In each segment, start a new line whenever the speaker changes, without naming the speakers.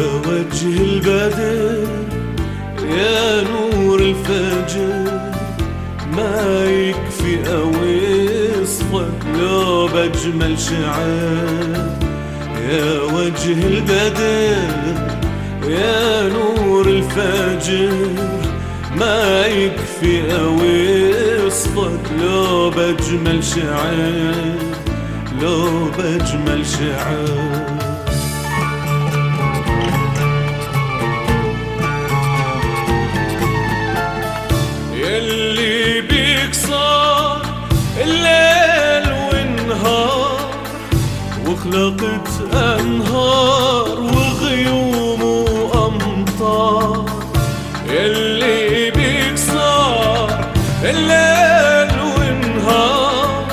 وجه البدر يا نور الفجر ما يكفي أوصفك لو بجمل شعر يا وجه البدر يا نور الفجر ما يكفي أوصفك لو بجمل شعر لو بجمل شعر يلي بيك صار الليل والنهار وخلقت انهار وغيوم وامطار يلي بيك صار الليل والنهار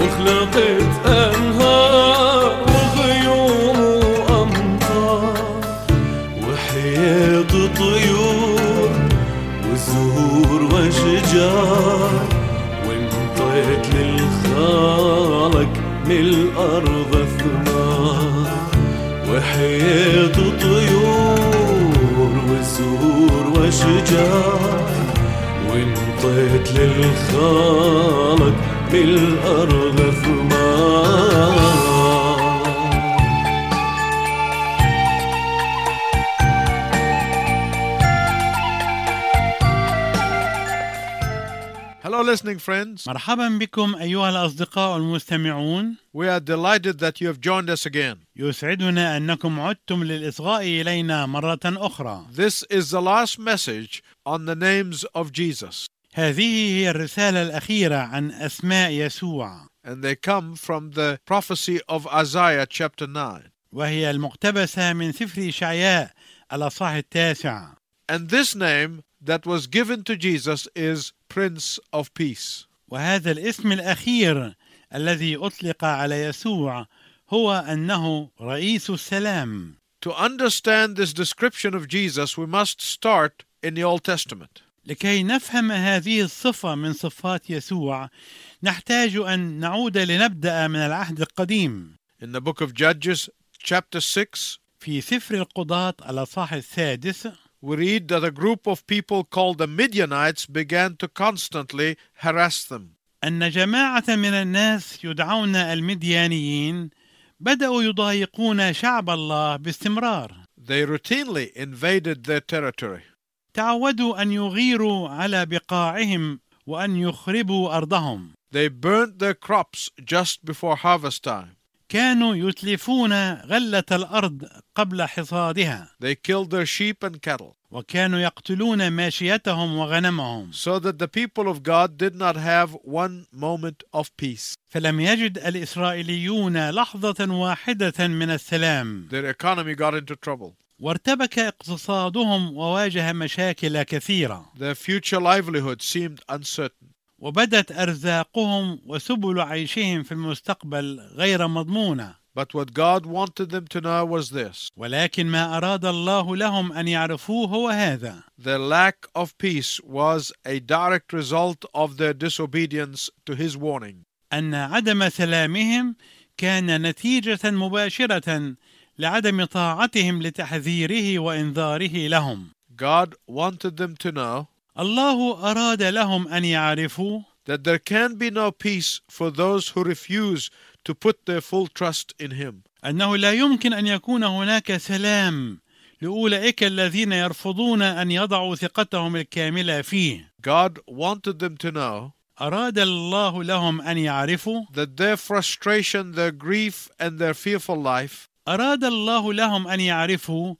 وخلقت انهار وغيوم وامطار وحياة طيور وزهور وشجار وانطيت للخالق من الأرض ثمار وحياة طيور وزهور وشجار وانطيت للخالق من الأرض ثمار
Hello, listening friends.
مرحبا بكم أيها الأصدقاء المستمعون
We are delighted that you have joined us again.
يسعدنا أنكم عدتم للإصغاء إلينا مرة أخرى
This is the last message on the names of Jesus,
هذه هي الرسالة الأخيرة عن أسماء يسوع
and they come from the prophecy of Isaiah chapter 9.
وهي المقتبسة من سفر شعياء الأصحاح التاسع
And this name that was given to Jesus is Prince of Peace.
وهذا الاسم الأخير الذي أطلق على يسوع هو أنه رئيس السلام
To understand this description of Jesus, we must start in the Old Testament.
لكي نفهم هذه الصفة من صفات يسوع نحتاج أن نعود لنبدأ من العهد القديم
In the book of Judges, chapter 6,
في سفر القضاة الأصحاح السادس
we read that a group of people called the Midianites began to constantly harass them.
أن جماعة من الناس يدعون المديانيين بدأوا يضايقون شعب الله باستمرار
They routinely invaded their territory.
تعودوا أن يغيروا على بقاعهم وأن يخربوا أرضهم
They burnt their crops just before harvest time.
كانوا يتلفون غلة الأرض قبل حصادها
They killed their sheep and cattle,
وكانوا يقتلون ماشيتهم وغنمهم
so that the people of God did not have one moment of peace.
فلم يجد الإسرائيليون لحظة واحدة من السلام
Their economy got into trouble.
وارتبك اقتصادهم وواجه مشاكل كثيرة
Their future livelihood seemed uncertain.
وبدت أرزاقهم وسبل عيشهم في المستقبل غير مضمونة
But what God wanted them to know was this
ولكن ما أراد الله لهم أن يعرفوه هو هذا
their lack of peace was a direct result of their disobedience to His warning.
أن عدم سلامهم كان نتيجة مباشرة لعدم طاعتهم لتحذيره وإنذاره لهم.
God wanted them to know
الله أراد لهم أن يعرفوا
that there can be no peace for those who refuse to put their full trust in Him.
أنه لا يمكن أن يكون هناك سلام لأولئك الذين يرفضون أن يضعوا ثقتهم الكاملة فيه.
God wanted them to know
أراد الله لهم أن يعرفوا،
that their frustration, their grief, and their fearful life
أراد الله لهم أن يعرفوا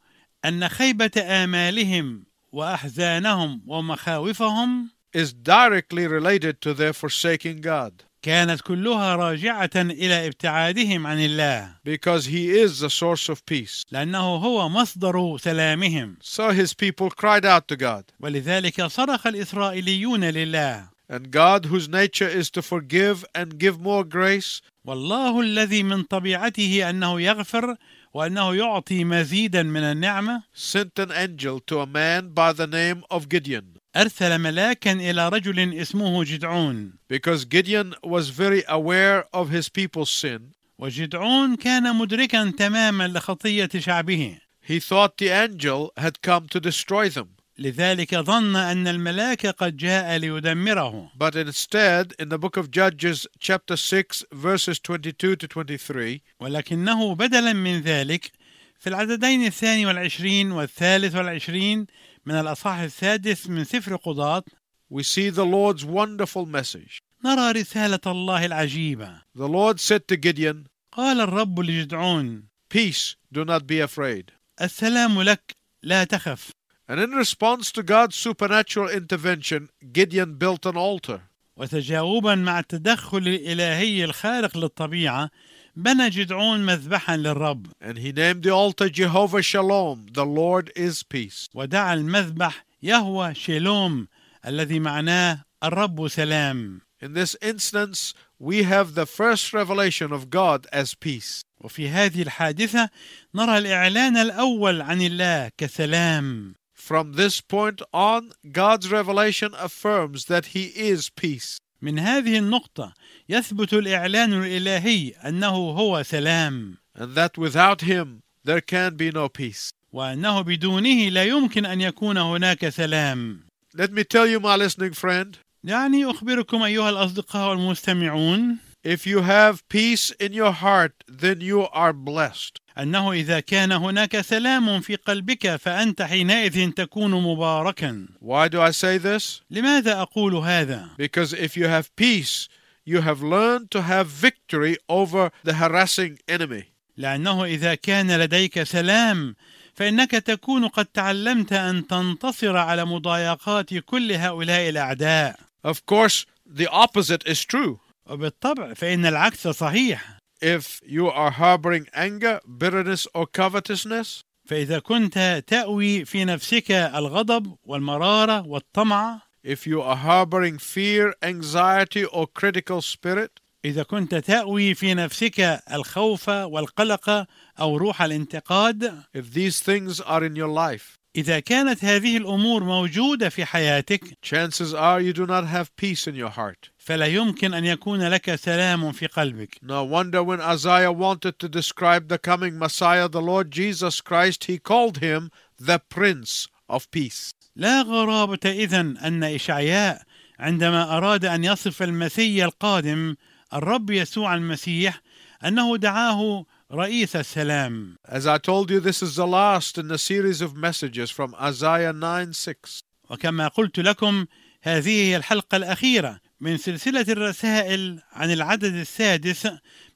أن خيبة آمالهم وأحزانهم ومخاوفهم
is directly related to their forsaking God
كانت كلها راجعة إلى ابتعادهم عن الله،
because He is the source of peace.
لأنه هو مصدر سلامهم،
So His people cried out to God.
ولذلك صرخ الإسرائيليون لله،
And God, whose nature is to forgive and give more grace,
والله الذي من طبيعته أنه يغفر وأنه يعطي مزيدا من النعمة،
sent an angel to a man by the name of Gideon.
أرسل ملاكا إلى رجل اسمه جدعون،
Because Gideon was very aware of his people's sin,
وجدعون كان مدركا تماما لخطية شعبه،
He thought the angel had come to destroy them,
لذلك ظن أن الملاك قد جاء ليدمره
but instead, in the book of Judges, chapter 6, verses 22 to 23,
ولكنه بدلا من ذلك في العددين الثاني والعشرين والثالث والعشرين من الأصحاح السادس من سفر قضاة
we see the Lord's wonderful message.
نرى رسالة الله العجيبة
The Lord said to Gideon,
قال الرب لجدعون
Peace, do not be afraid.
السلام لك لا تخف
And in response to God's supernatural intervention, Gideon built an altar.
وتجاوبا مع التدخل الإلهي الخارق للطبيعة بنى جدعون مذبحا للرب
And he named the altar Jehovah Shalom, the Lord is peace.
ودعا المذبح يهوى شيلوم الذي معناه الرب سلام
In this instance, we have the first revelation of God as peace.
وفي هذه الحادثة نرى الإعلان الأول عن الله كسلام
From this point on, God's revelation affirms that he is peace.
من هذه النقطة يثبت الإعلان الإلهي أنه هو سلام
and that without him there can be no peace.
وأنه بدونه لا يمكن أن يكون هناك سلام
Let me tell you, my listening friend,
دعني يعني أخبركم أيها الأصدقاء والمستمعون
if you have peace in your heart, then you are blessed.
أنه إذا كان هناك سلام في قلبك فأنت حينئذ تكون مباركا
Why do I say this?
لماذا أقول هذا؟
Because if you have peace, you have learned to have victory over the harassing enemy.
لأنه إذا كان لديك سلام فإنك تكون قد تعلمت أن تنتصر على مضايقات كل هؤلاء الأعداء
Of course, the opposite is true.
وبالطبع فإن العكس صحيح
If you are harboring anger, bitterness, or covetousness,
فإذا كنت تأوي في نفسك الغضب والمرارة والطمع
if you are harboring fear, anxiety, or critical spirit,
إذا كنت تأوي في نفسك الخوف والقلق أو روح الانتقاد
if these things are in your life,
إذا كانت هذه الأمور موجودة في حياتك
Chances are you do not have peace in your heart.
فلا يمكن أن يكون لك سلام في قلبك
No wonder when Isaiah wanted to describe the coming Messiah, the Lord Jesus Christ, he called him the Prince of Peace.
لا غرابة إذا أن إشعياء عندما أراد أن يصف المسيح القادم الرب يسوع المسيح أنه دعاه رئيس السلام
As I told you, this is the last in the series of messages from Isaiah 9 6.
وكما قلت لكم هذه هي الحلقة الأخيرة من سلسلة الرسائل عن العدد السادس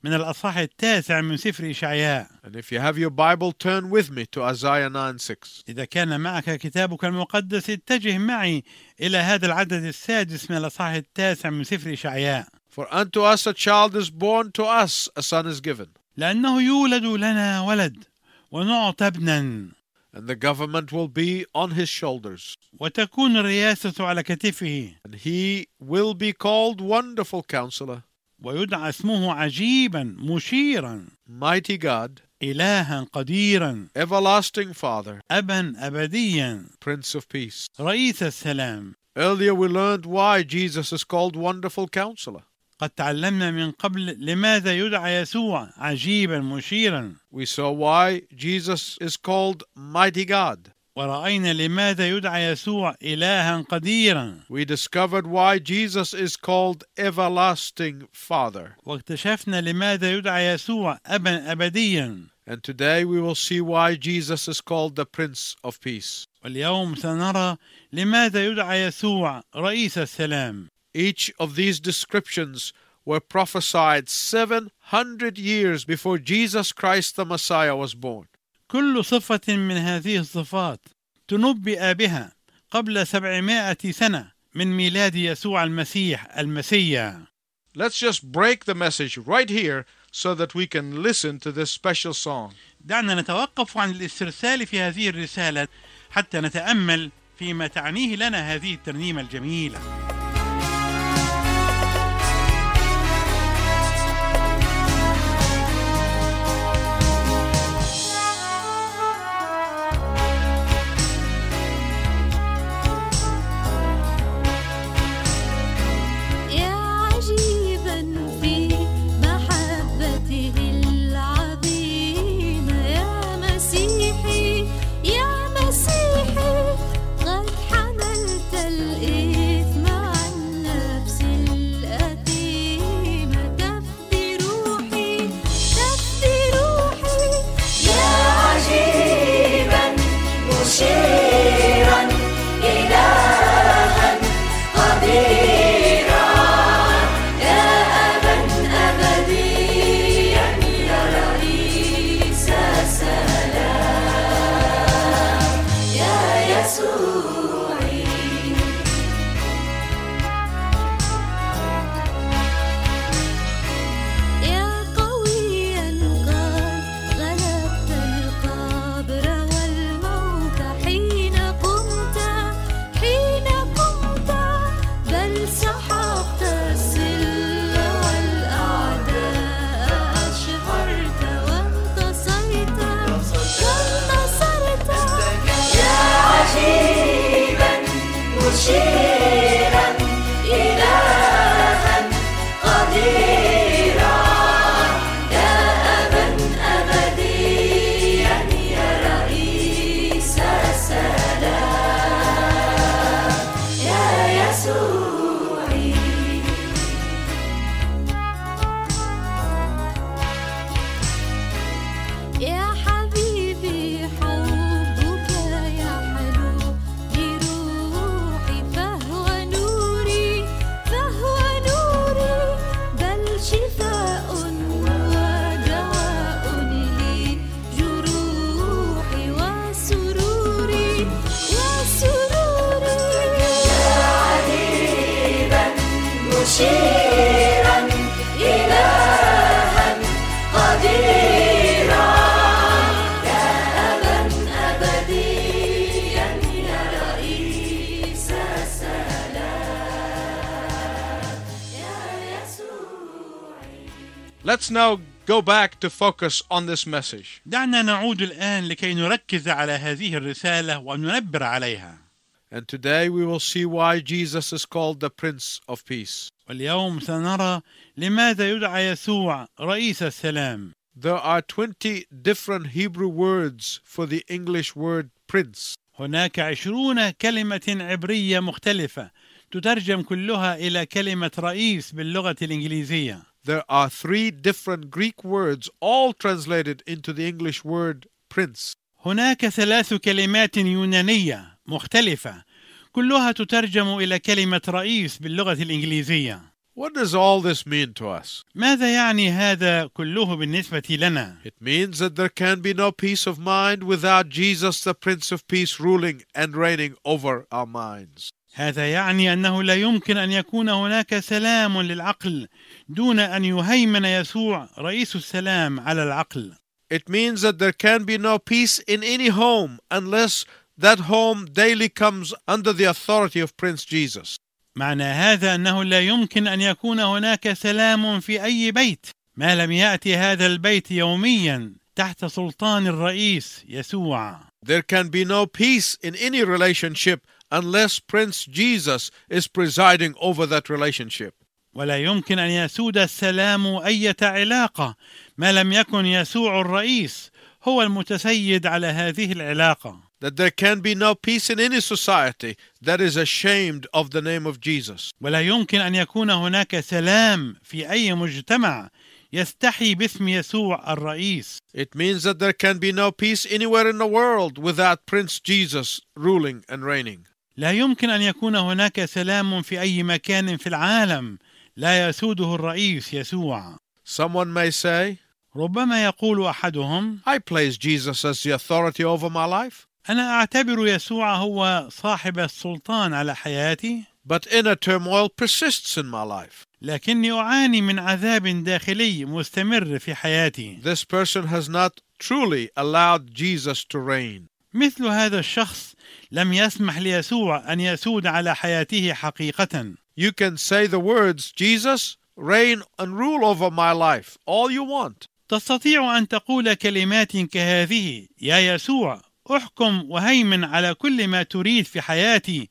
من الأصحاح التاسع من سفر إشعياء
And if you have your Bible, turn with me to Isaiah 9 6.
إذا كان معك كتابك المقدس اتجه معي إلى هذا العدد السادس من الأصحاح التاسع من سفر إشعياء
For unto us a child is born, to us a son is given,
لأنه يولد لنا ولد ونعطى ابنا
and the government will be on his shoulders.
وتكون الرياسة على كتفه
And he will be called Wonderful Counselor,
ويدعى اسمه عجيبا مشيرا
Mighty God,
إلها قديرا
Everlasting Father,
أبا أبديا
Prince of Peace.
رئيس السلام
Earlier we learned why Jesus is called Wonderful Counselor.
قد تعلمنا من قبل لماذا يدعى يسوع عجيبا مشيرا
We saw why Jesus is called Mighty God.
ورأينا لماذا يدعى يسوع إلها قديرا
We discovered why Jesus is called Everlasting Father.
واكتشفنا لماذا يدعى يسوع أبا أبديا
And today we will see why Jesus is called the Prince of Peace.
واليوم سنرى لماذا يدعى يسوع رئيس السلام
Each of these descriptions were prophesied 700 years before Jesus Christ the Messiah was born.
كل صفة من هذه الصفات تنبئ بها قبل سبعمائة سنة من ميلاد يسوع المسيح المسيا
Let's just break the message right here so that we can listen to this special song.
دعنا نتوقف عن الاسترسال في هذه الرسالة حتى نتأمل فيما تعنيه لنا هذه الترنيمة الجميلة
يا عجيبا في محبته العظيمة يا مسيحي
Let's now go back to focus on this message.
دعنا نعود الآن لكي نركز على هذه الرسالة وننبر عليها
And today we will see why Jesus is called the Prince of Peace.
واليوم سنرى لماذا يدعى يسوع رئيس السلام
There are 20 different Hebrew words for the English word prince.
هناك عشرون كلمة عبرية مختلفة تترجم كلها إلى كلمة رئيس باللغة الإنجليزية
There are three different Greek words, all translated into the English word prince.
هناك ثلاث كلمات يونانية مختلفة كلها تترجم إلى كلمة رئيس باللغة الإنجليزية
What does all this mean to us?
ماذا يعني هذا كله بالنسبة لنا؟
It means that there can be no peace of mind without Jesus, the Prince of Peace, ruling and reigning over our minds.
هذا يعني أنه لا يمكن أن يكون هناك سلام للعقل دون أن يهيمن يسوع رئيس السلام على العقل
It means that there can be no peace in any home unless that home daily comes under the authority of Prince Jesus.
معنى هذا أنه لا يمكن أن يكون هناك سلام في أي بيت ما لم يأتي هذا البيت يوميا تحت سلطان الرئيس يسوع
There can be no peace in any relationship unless Prince Jesus is presiding over that relationship.
ولا يمكن أن يسود السلام أية علاقة ما لم يكن يسوع الرئيس هو المتسيد على هذه العلاقة
That there can be no peace in any society that is ashamed of the name of Jesus.
ولا يمكن أن يكون هناك سلام في أي مجتمع يستحي باسم يسوع الرئيس
It means that there can be no peace anywhere in the world without Prince Jesus ruling and reigning.
لا يمكن أن يكون هناك سلام في أي مكان في العالم لا يسوده الرئيس يسوع
Someone may say,
ربما يقول أحدهم
I place Jesus as the authority over my life.
أنا أعتبر يسوع هو صاحب السلطان على حياتي
But inner turmoil persists in my life.
لكني أعاني من عذاب داخلي مستمر في حياتي
This person has not truly allowed Jesus to reign.
مثل هذا الشخص لم يسمح ليسوع أن يسود على حياته حقيقة
You can say the words, Jesus, reign and rule over my life, all you want.
تستطيع أن تقول كلمات كهذه يا يسوع احكم وهيمن على كل ما تريد في حياتي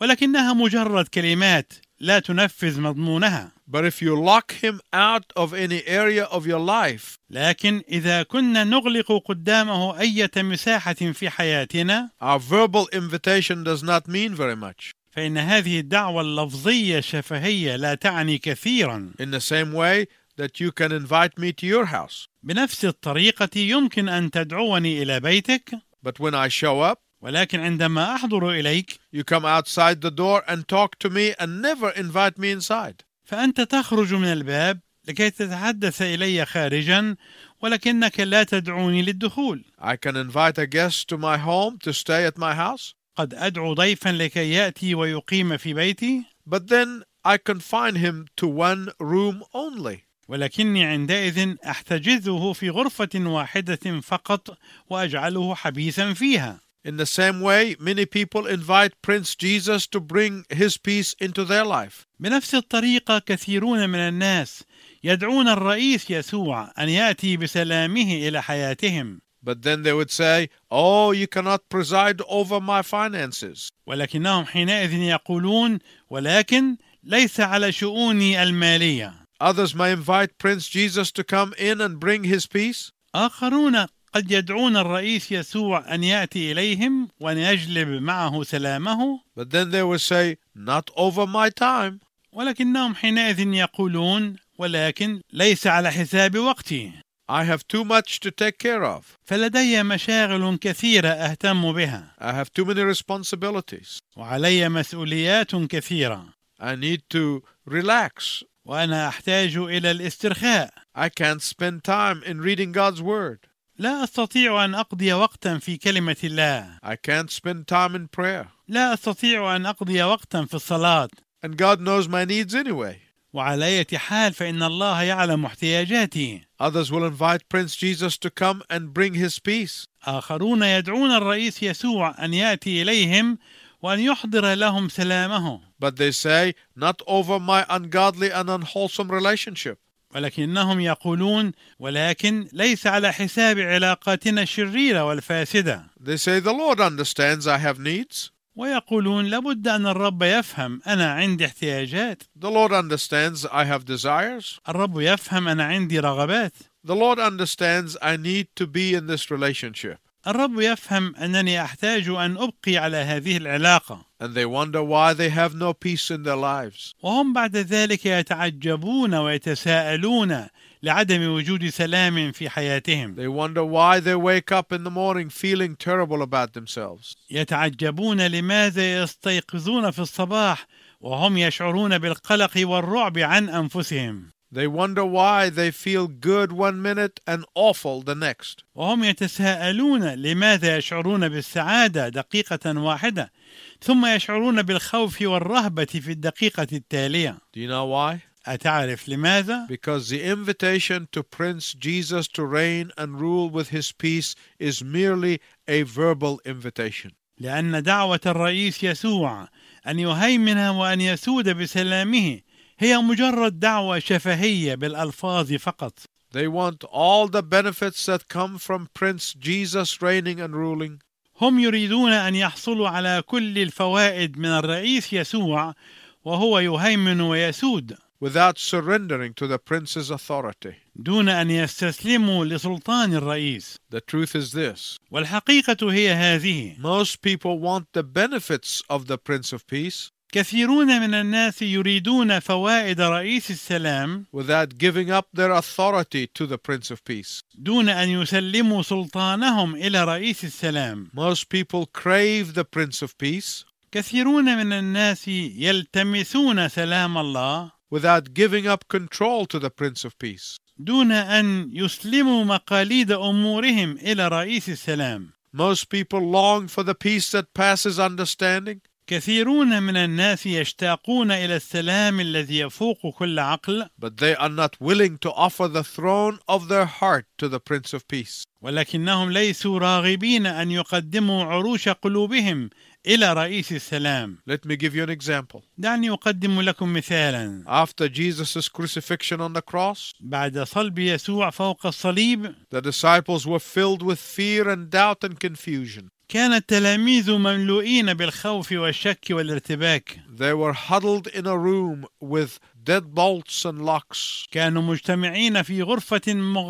ولكنها مجرد كلمات لا تنفذ مضمونها
But if you lock him out of any area of your life,
لكن إذا كنا نغلق قدامه أي مساحة في حياتنا
our verbal invitation does not mean very much.
فإن هذه الدعوة اللفظية الشفهية لا تعني كثيرا
In the same way that you can invite me to your house.
بنفس الطريقة يمكن أن تدعوني إلى بيتك
But when I show up,
ولكن عندما أحضر إليك
you come outside the door and talk to me and never invite me inside.
فأنت تخرج من الباب لكي تتحدث إلي خارجا ولكنك لا تدعوني للدخول
I can invite a guest to my home to stay at my house,
قد أدعو ضيفا لكي يأتي ويقيم في بيتي
but then I confine him to one room only.
ولكني عندئذ أحتجزه في غرفة واحدة فقط وأجعله حبيسا فيها
In the same way, many people invite Prince Jesus to bring his peace into their life.
بنفس الطريقة كثيرون من الناس يدعون الرئيس يسوع أن يأتي بسلامه إلى حياتهم،
But then they would say, Oh, you cannot preside over my finances.
ولكنهم حينئذ يقولون: ولكن ليس على شؤوني المالية.
Others may invite Prince Jesus to come in and bring his peace,
آخرون قد يدعون الرئيس يسوع أن يأتي إليهم وأن يجلب معه سلامه،
but then they would say, Not over my time.
ولكنهم حينئذ يقولون: ولكن ليس على حساب وقتي،
I have too much to take care of.
فلدي مشاغل كثيرة أهتم بها،
I have too many responsibilities.
وعلي مسؤوليات كثيرة.
I need to relax.
وأنا أحتاج إلى الاسترخاء
I can't spend time in reading God's Word.
لا أستطيع أن أقضي وقتا في كلمة الله
I can't spend time in prayer.
لا أستطيع أن أقضي وقتا في الصلاة
And God knows my needs anyway.
وعلى أي حال فإن الله يعلم احتياجاتي
Others will invite Prince Jesus to come and bring his peace.
آخرون يدعون الرئيس يسوع أن يأتي إليهم وأن يحضر لهم سلامه
But they say, Not over my ungodly and unwholesome relationship.
ولكنهم يقولون ولكن ليس على حساب علاقاتنا الشريره والفاسده
They say, The Lord understands I have needs.
ويقولون لابد ان الرب يفهم انا عندي احتياجات
The Lord understands I have desires.
الرب يفهم انا عندي رغبات
The Lord understands I need to be in this relationship.
الرب يفهم انني احتاج ان ابقي على هذه العلاقه
And they wonder why they have no peace in their lives.
وهم بعد ذلك يتعجبون ويتساءلون لعدم وجود سلام في حياتهم
They wonder why they wake up in the morning feeling terrible about themselves.
يتعجبون لماذا يستيقظون في الصباح وهم يشعرون بالقلق والرعب عن انفسهم
They wonder why they feel good one minute and awful the next.
وهم يتساءلون لماذا يشعرون بالسعاده دقيقه واحده ثم يشعرون بالخوف والرهبه في الدقيقه التاليه
Do you know why?
اتعرف لماذا
Because the invitation to Prince Jesus to reign and rule with his peace is merely a verbal invitation.
لأن دعوة الرئيس يسوع أن يهيمن وأن يسود بسلامه هي مجرد دعوة شفهية بالألفاظ فقط
They want all the benefits that come from Prince Jesus reigning and ruling,
هم يريدون أن يحصلوا على كل الفوائد من الرئيس يسوع وهو يهيمن ويسود
without surrendering to the Prince's authority.
دون أن يستسلموا لسلطان الرئيس
The truth is this
والحقيقة هي هذه
most people want the benefits of the Prince of Peace
كثيرون من الناس يريدون فوائد رئيس السلام
without giving up their authority to the Prince of Peace.
دون أن يسلموا سلطانهم إلى رئيس السلام
Most people crave the Prince of Peace
كثيرون من الناس يلتمسون سلام الله
without giving up control to the Prince of Peace.
دون ان يسلموا مقاليد امورهم الى رئيس السلام
Most people long for the peace that passes understanding
كثيرون من الناس يشتاقون الى السلام الذي يفوق كل عقل
but they are not willing to offer the throne of their heart to the Prince of Peace.
ولكنهم ليسوا راغبين ان يقدموا عروش قلوبهم الى رئيس السلام
Let me give you an example.
دعني اقدم لكم مثالا
After Jesus' crucifixion on the cross,
بعد صلب يسوع فوق الصليب
the disciples were filled with fear and doubt and confusion.
كان التلاميذ مملوئين بالخوف والشك والارتباك
They were huddled in a room with deadbolts and locks.
كانوا مجتمعين في غرفة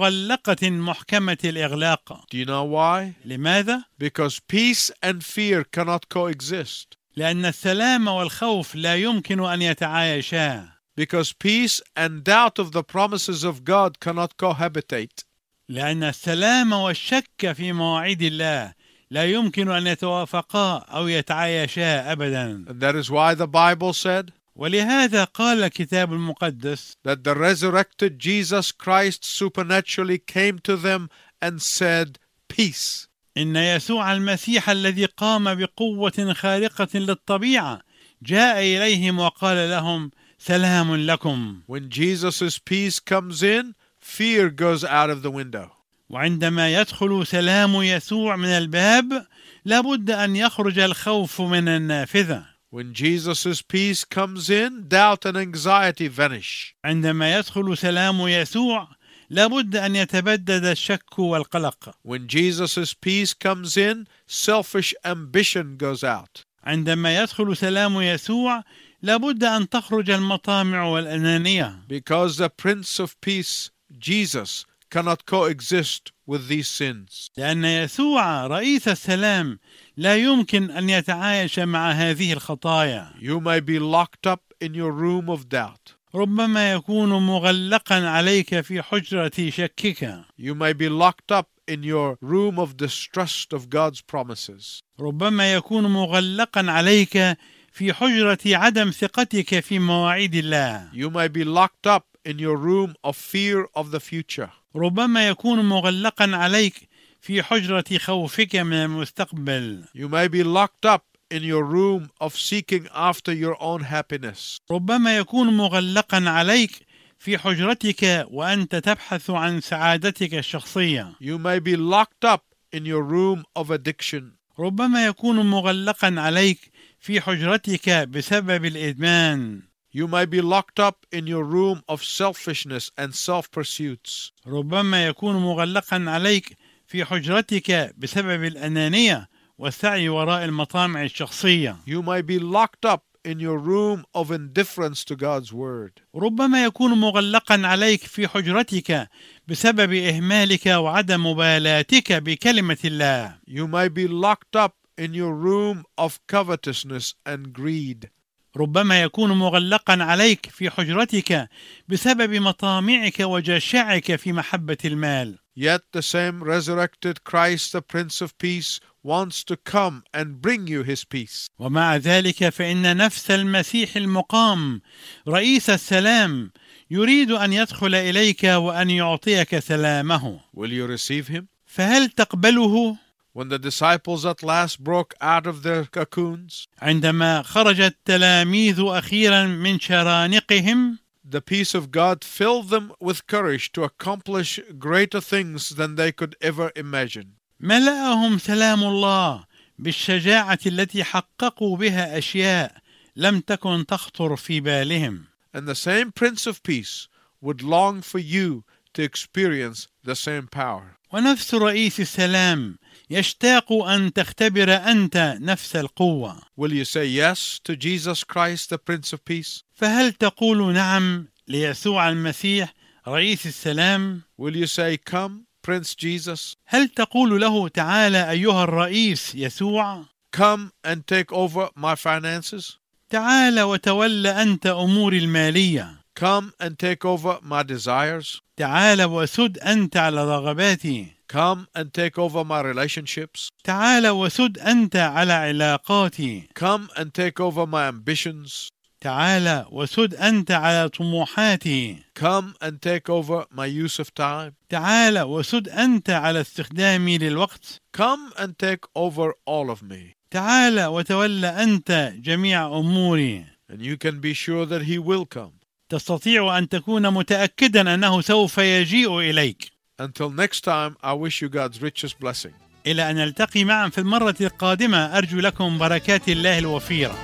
مغلقة محكمة الإغلاق
Do you know why?
لماذا؟
Because peace and fear cannot coexist.
لأن السلام والخوف لا يمكن أن يتعايشا
Because peace and doubt of the promises of God cannot cohabitate.
لأن السلام والشك في مواعيد الله لا يمكن أن يتوافقا أو يتعايشا أبدا
And that is why the Bible said
ولهذا قال الكتاب المقدس
that the resurrected Jesus Christ supernaturally came to them and said, Peace.
إن يسوع المسيح الذي قام بقوة خارقة للطبيعة جاء إليهم وقال لهم سلام لكم
When Jesus' peace comes in, fear goes out of the window.
وعندما يدخل سلام يسوع من الباب لابد ان يخرج الخوف من النافذه
When Jesus' peace comes in, doubt and anxiety vanish.
عندما يدخل سلام يسوع لابد ان يتبدد الشك والقلق
When Jesus' peace comes in, selfish ambition goes out.
عندما يدخل سلام يسوع لابد ان تخرج المطامع والانانيه
Because the Prince of Peace, Jesus, cannot coexist with these sins.
لان يسوع رئيس السلام لا يمكن ان يتعايش مع هذه الخطايا
You may be locked up in your room of doubt.
ربما يكون مغلقا عليك في حجره شكك
You may be locked up in your room of distrust of God's promises.
ربما يكون مغلقا عليك في حجرة عدم ثقتك في مواعيد الله
You may be locked up in your room of fear of the future.
ربما يكون مغلقا عليك في حجرة خوفك من المستقبل
You may be locked up in your room of seeking after your own happiness.
ربما يكون مغلقا عليك في حجرتك وأنت تبحث عن سعادتك الشخصية
You may be locked up in your room of addiction.
ربما يكون مغلقا عليك في حجرتك بسبب الإدمان
You may be locked up in your room of selfishness and self pursuits.
ربما يكون مغلقا عليك في حجرتك بسبب الأنانية والسعي وراء المطامع الشخصية
You may be locked up in your room of indifference to God's word.
ربما يكون مغلقا عليك في حجرتك بسبب إهمالك وعدم مبالاتك بكلمة الله
You may be locked up in your room of covetousness and greed.
ربما يكون مغلقا عليك في حجرتك بسبب مطامعك وجشعك في محبة المال
Yet the same resurrected Christ, the Prince of Peace, wants to come and bring you his peace.
ومع ذلك فإن نفس المسيح المقام رئيس السلام يريد أن يدخل إليك وأن يعطيك سلامه
Will you receive him?
فهل تقبله
When the disciples at last broke out of their cocoons,
عندما خرج التلاميذ أخيرا من شرانقهم
the peace of God filled them with courage to accomplish greater things than they could ever imagine.
ملأهم سلام الله بالشجاعة التي حققوا بها أشياء لم تكن تخطر في بالهم
And the same Prince of Peace would long for you to experience the same power.
ونفس رئيس السلام يشتاق أن تختبر أنت نفس القوة
Will you say yes to Jesus Christ, the Prince of Peace?
فهل تقول نعم ليسوع المسيح رئيس السلام
Will you say, Come, Prince Jesus,
هل تقول له تعالى أيها الرئيس يسوع
come and take over my finances?
تعال وتول أنت أموري المالية
Come and take over my desires?
تعال وسد أنت على رغباتي
Come and take over my relationships?
تعال وسد أنت على علاقاتي
Come and take over my ambitions?
تعال وسد أنت على طموحاتي
Come and take over my use of time?
تعال وسد أنت على استخدامي للوقت
Come and take over all of me.
تعال وتول أنت جميع أموري
And you can be sure that He will come.
تستطيع أن تكون متأكدا أنه سوف يجيء إليك
Until next time, I wish you God's richest blessing.
إلى أن نلتقي معا في المرة القادمة أرجو لكم بركات الله الوفيرة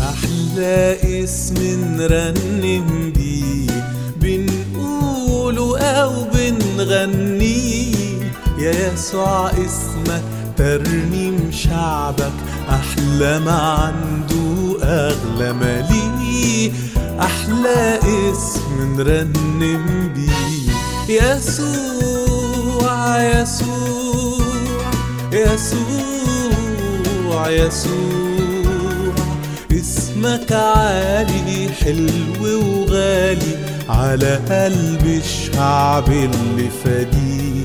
أحلى اسم نرنم بيه بنقوله أو بنغنيه يا يسوع اسمك ترنيم شعبك أحلى ما عنده أغلى ما ليه أحلى اسم نرنم بيه يسوع يسوع يسوع يسوع اسمك عالي حلو وغالي على قلب الشعب اللي فديه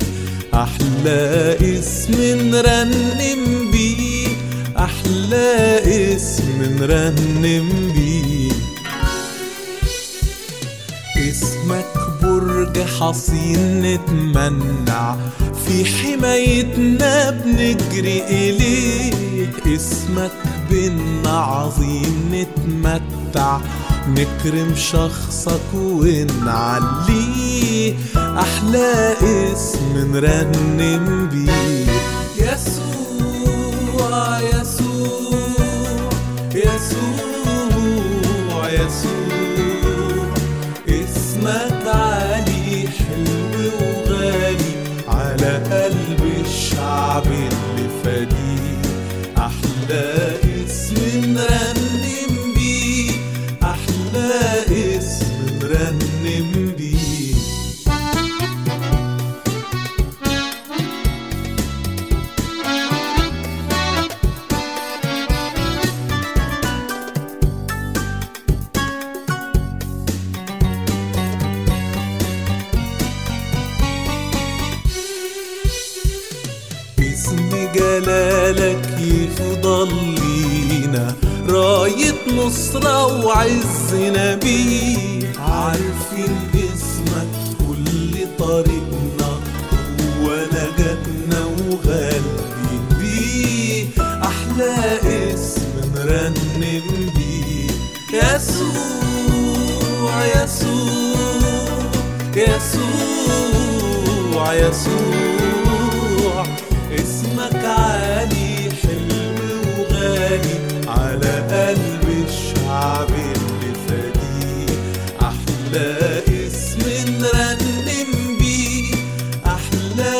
أحلى اسم نرنم بيه أحلى اسم نرنم بيه اسمك برج حصين نتمنع في حمايتنا بنجري إليه اسمك بينا عظيم نتمتع نكرم شخصك ونعليه أحلى اسم نرنم بيه يسوع يسوع يسوع يسوع اسمك عالي حلو وغالي على قلب الشعب اللي فديه أحلى اسم نرنم بيه أحلى اسم نرنم بيه اسم جلالك يفضل لينا راية نصرة وعزنا بيه عارفين اسمك كل طريقنا هو نجاتنا وغالبين بيه أحلى اسم يسوع يسوع يسوع يسوع اسمك عالي حلم وغالي على قلب الشعب اللي فديه احلى اسم نرنم بيه احلى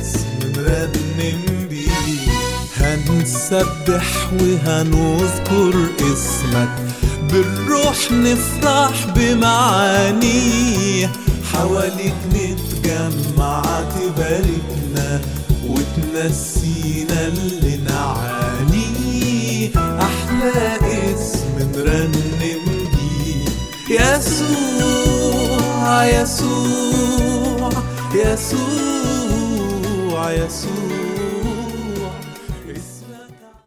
اسم نرنم بيه هنسبح وهنذكر اسمك بالروح نفرح بمعانيه حواليك نتجمع تباركنا وتنسينا اللي نعانيه احلى اسم نرنم بيه يسوع يسوع يسوع يسوع